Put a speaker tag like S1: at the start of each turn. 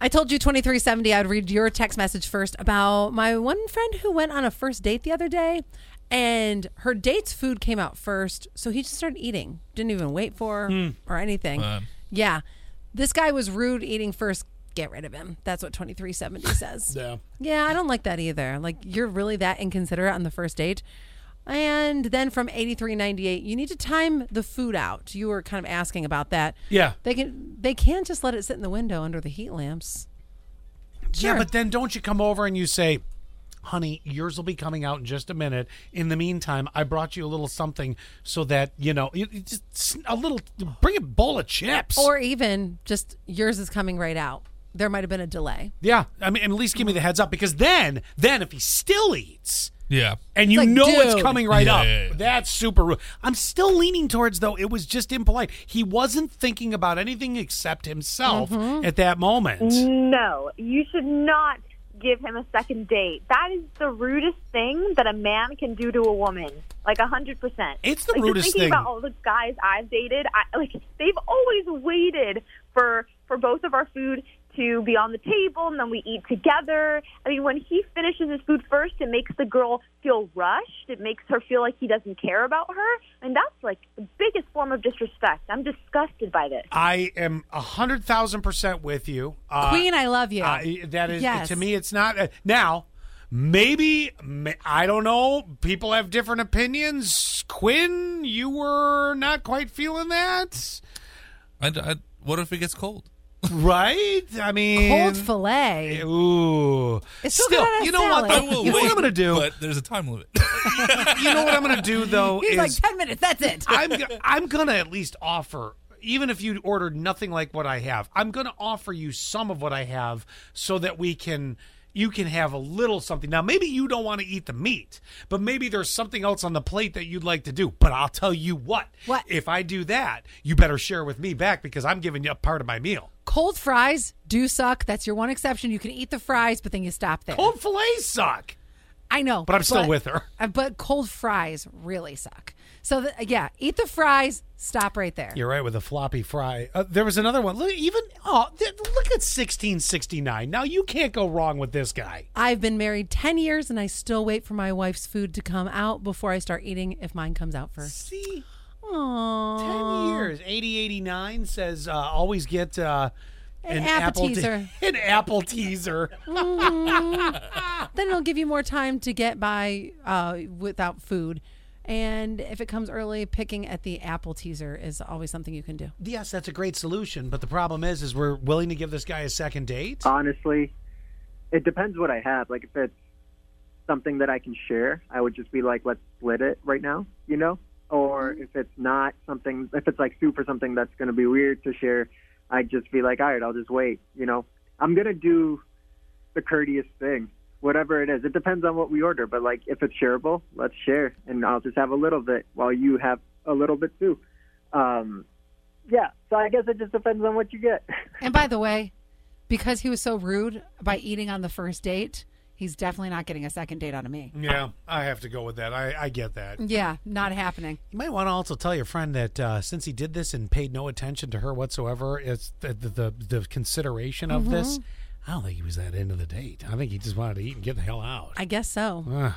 S1: I told you 2370, I would read your text message first about my one friend who went on a first date the other day and her date's food came out first. So he just started eating, didn't even wait for her or anything. yeah. This guy was rude eating first. Get rid of him. That's what 2370 says.
S2: Yeah.
S1: Yeah, I don't like that either. Like you're really that inconsiderate on the first date. And then from 8398, you need to time the food out. You were kind of asking about that.
S2: Yeah.
S1: They can they can just let it sit in the window under the heat lamps. Sure.
S2: Yeah, but then don't you come over and you say, honey, yours will be coming out in just a minute. In the meantime, I brought you a little something so that, you know, you, you just s- a little, bring a bowl of chips.
S1: Or even just yours is coming right out. There might have been a delay.
S2: yeah. I mean, at least give me the heads up because then, then if he still eats
S3: Yeah.
S2: and you
S1: like,
S2: know it's
S1: dude.
S2: coming right
S3: Yeah,
S2: up,
S3: yeah, yeah.
S2: that's super rude. I'm still leaning towards, though, it was just impolite. He wasn't thinking about anything except himself
S1: Mm-hmm.
S2: at that moment.
S4: No, you should not give him a second date. That is the rudest thing that a man can do to a woman. Like a hundred percent.
S2: It's the
S4: like,
S2: rudest
S4: just thinking
S2: thing.
S4: about all the guys I've dated. I, like they've always waited for for both of our food to be on the table, and then we eat together. I mean, when he finishes his food first, it makes the girl feel rushed. It makes her feel like he doesn't care about her, and that's like the biggest form of disrespect. I'm disgusted by this.
S2: I am a 100,000% with you. Uh,
S1: Queen, I love you.
S2: Uh, that is
S1: Um, Yes.
S2: to me. It's not uh, now. Maybe ma- I don't know. People have different opinions. Quinn, you were not quite feeling that,
S3: I, I- what if it gets cold?
S2: right? I mean,
S1: Cold fillet.
S2: Ooh,
S1: It's so
S2: still.
S1: good on a
S2: you know
S1: salad.
S2: what? Though,
S1: I
S2: you know what I'm gonna do?
S3: But there's a time limit.
S2: you know what I'm gonna do though
S1: He's
S2: is
S1: like 10 minutes. That's it.
S2: I'm go- I'm gonna at least offer, even if you ordered nothing like what I have, I'm gonna offer you some of what I have so that we can you can have a little something. Now maybe you don't want to eat the meat, but maybe there's something else on the plate that you'd like to do. But I'll tell you what,
S1: What?
S2: if I do that, you better share with me back because I'm giving you a part of my meal.
S1: Cold fries do suck. That's your one exception. You can eat the fries, but then you stop there.
S2: Cold fillets suck,
S1: I know.
S2: but I'm still with her.
S1: Uh, But cold fries really suck. So, th- yeah, eat the fries, stop right there.
S2: You're right with a floppy fry. Uh, there was another one. Look, even oh, th- look at 1669. Now you can't go wrong with this guy.
S1: I've been married 10 years and I still wait for my wife's food to come out before I start eating if mine comes out first.
S2: See,
S1: Aww.
S2: 10 years. 8089 says uh, always get uh,
S1: An
S2: te-
S1: appetizer.
S2: an apple teaser.
S1: Then it'll give you more time to get by uh, without food. And if it comes early, picking at the apple teaser is always something you can do.
S2: yes, that's a great solution, but the problem is is we're willing to give this guy a second date.
S5: honestly, it depends what I have. Like if it's something that I can share, I would just be like, let's split it right now, you know. Or if it's not something, if it's like soup or something that's going to be weird to share, I'd just be like, all right, I'll just wait, you know. I'm gonna do the courteous thing, whatever it is. It depends on what we order, but like if it's shareable, let's share, and I'll just have a little bit while you have a little bit too. Um, yeah, so I guess it just depends on what you get.
S1: And by the way, because he was so rude by eating on the first date, he's definitely not getting a second date out of me.
S2: Yeah, I have to go with that. I, I get that.
S1: Yeah, not happening.
S2: You might want to also tell your friend that uh, since he did this and paid no attention to her whatsoever, it's the the, the, the consideration of this. I don't think he was that into the date. I think he just wanted to eat and get the hell out.
S1: I guess so.
S2: Ugh.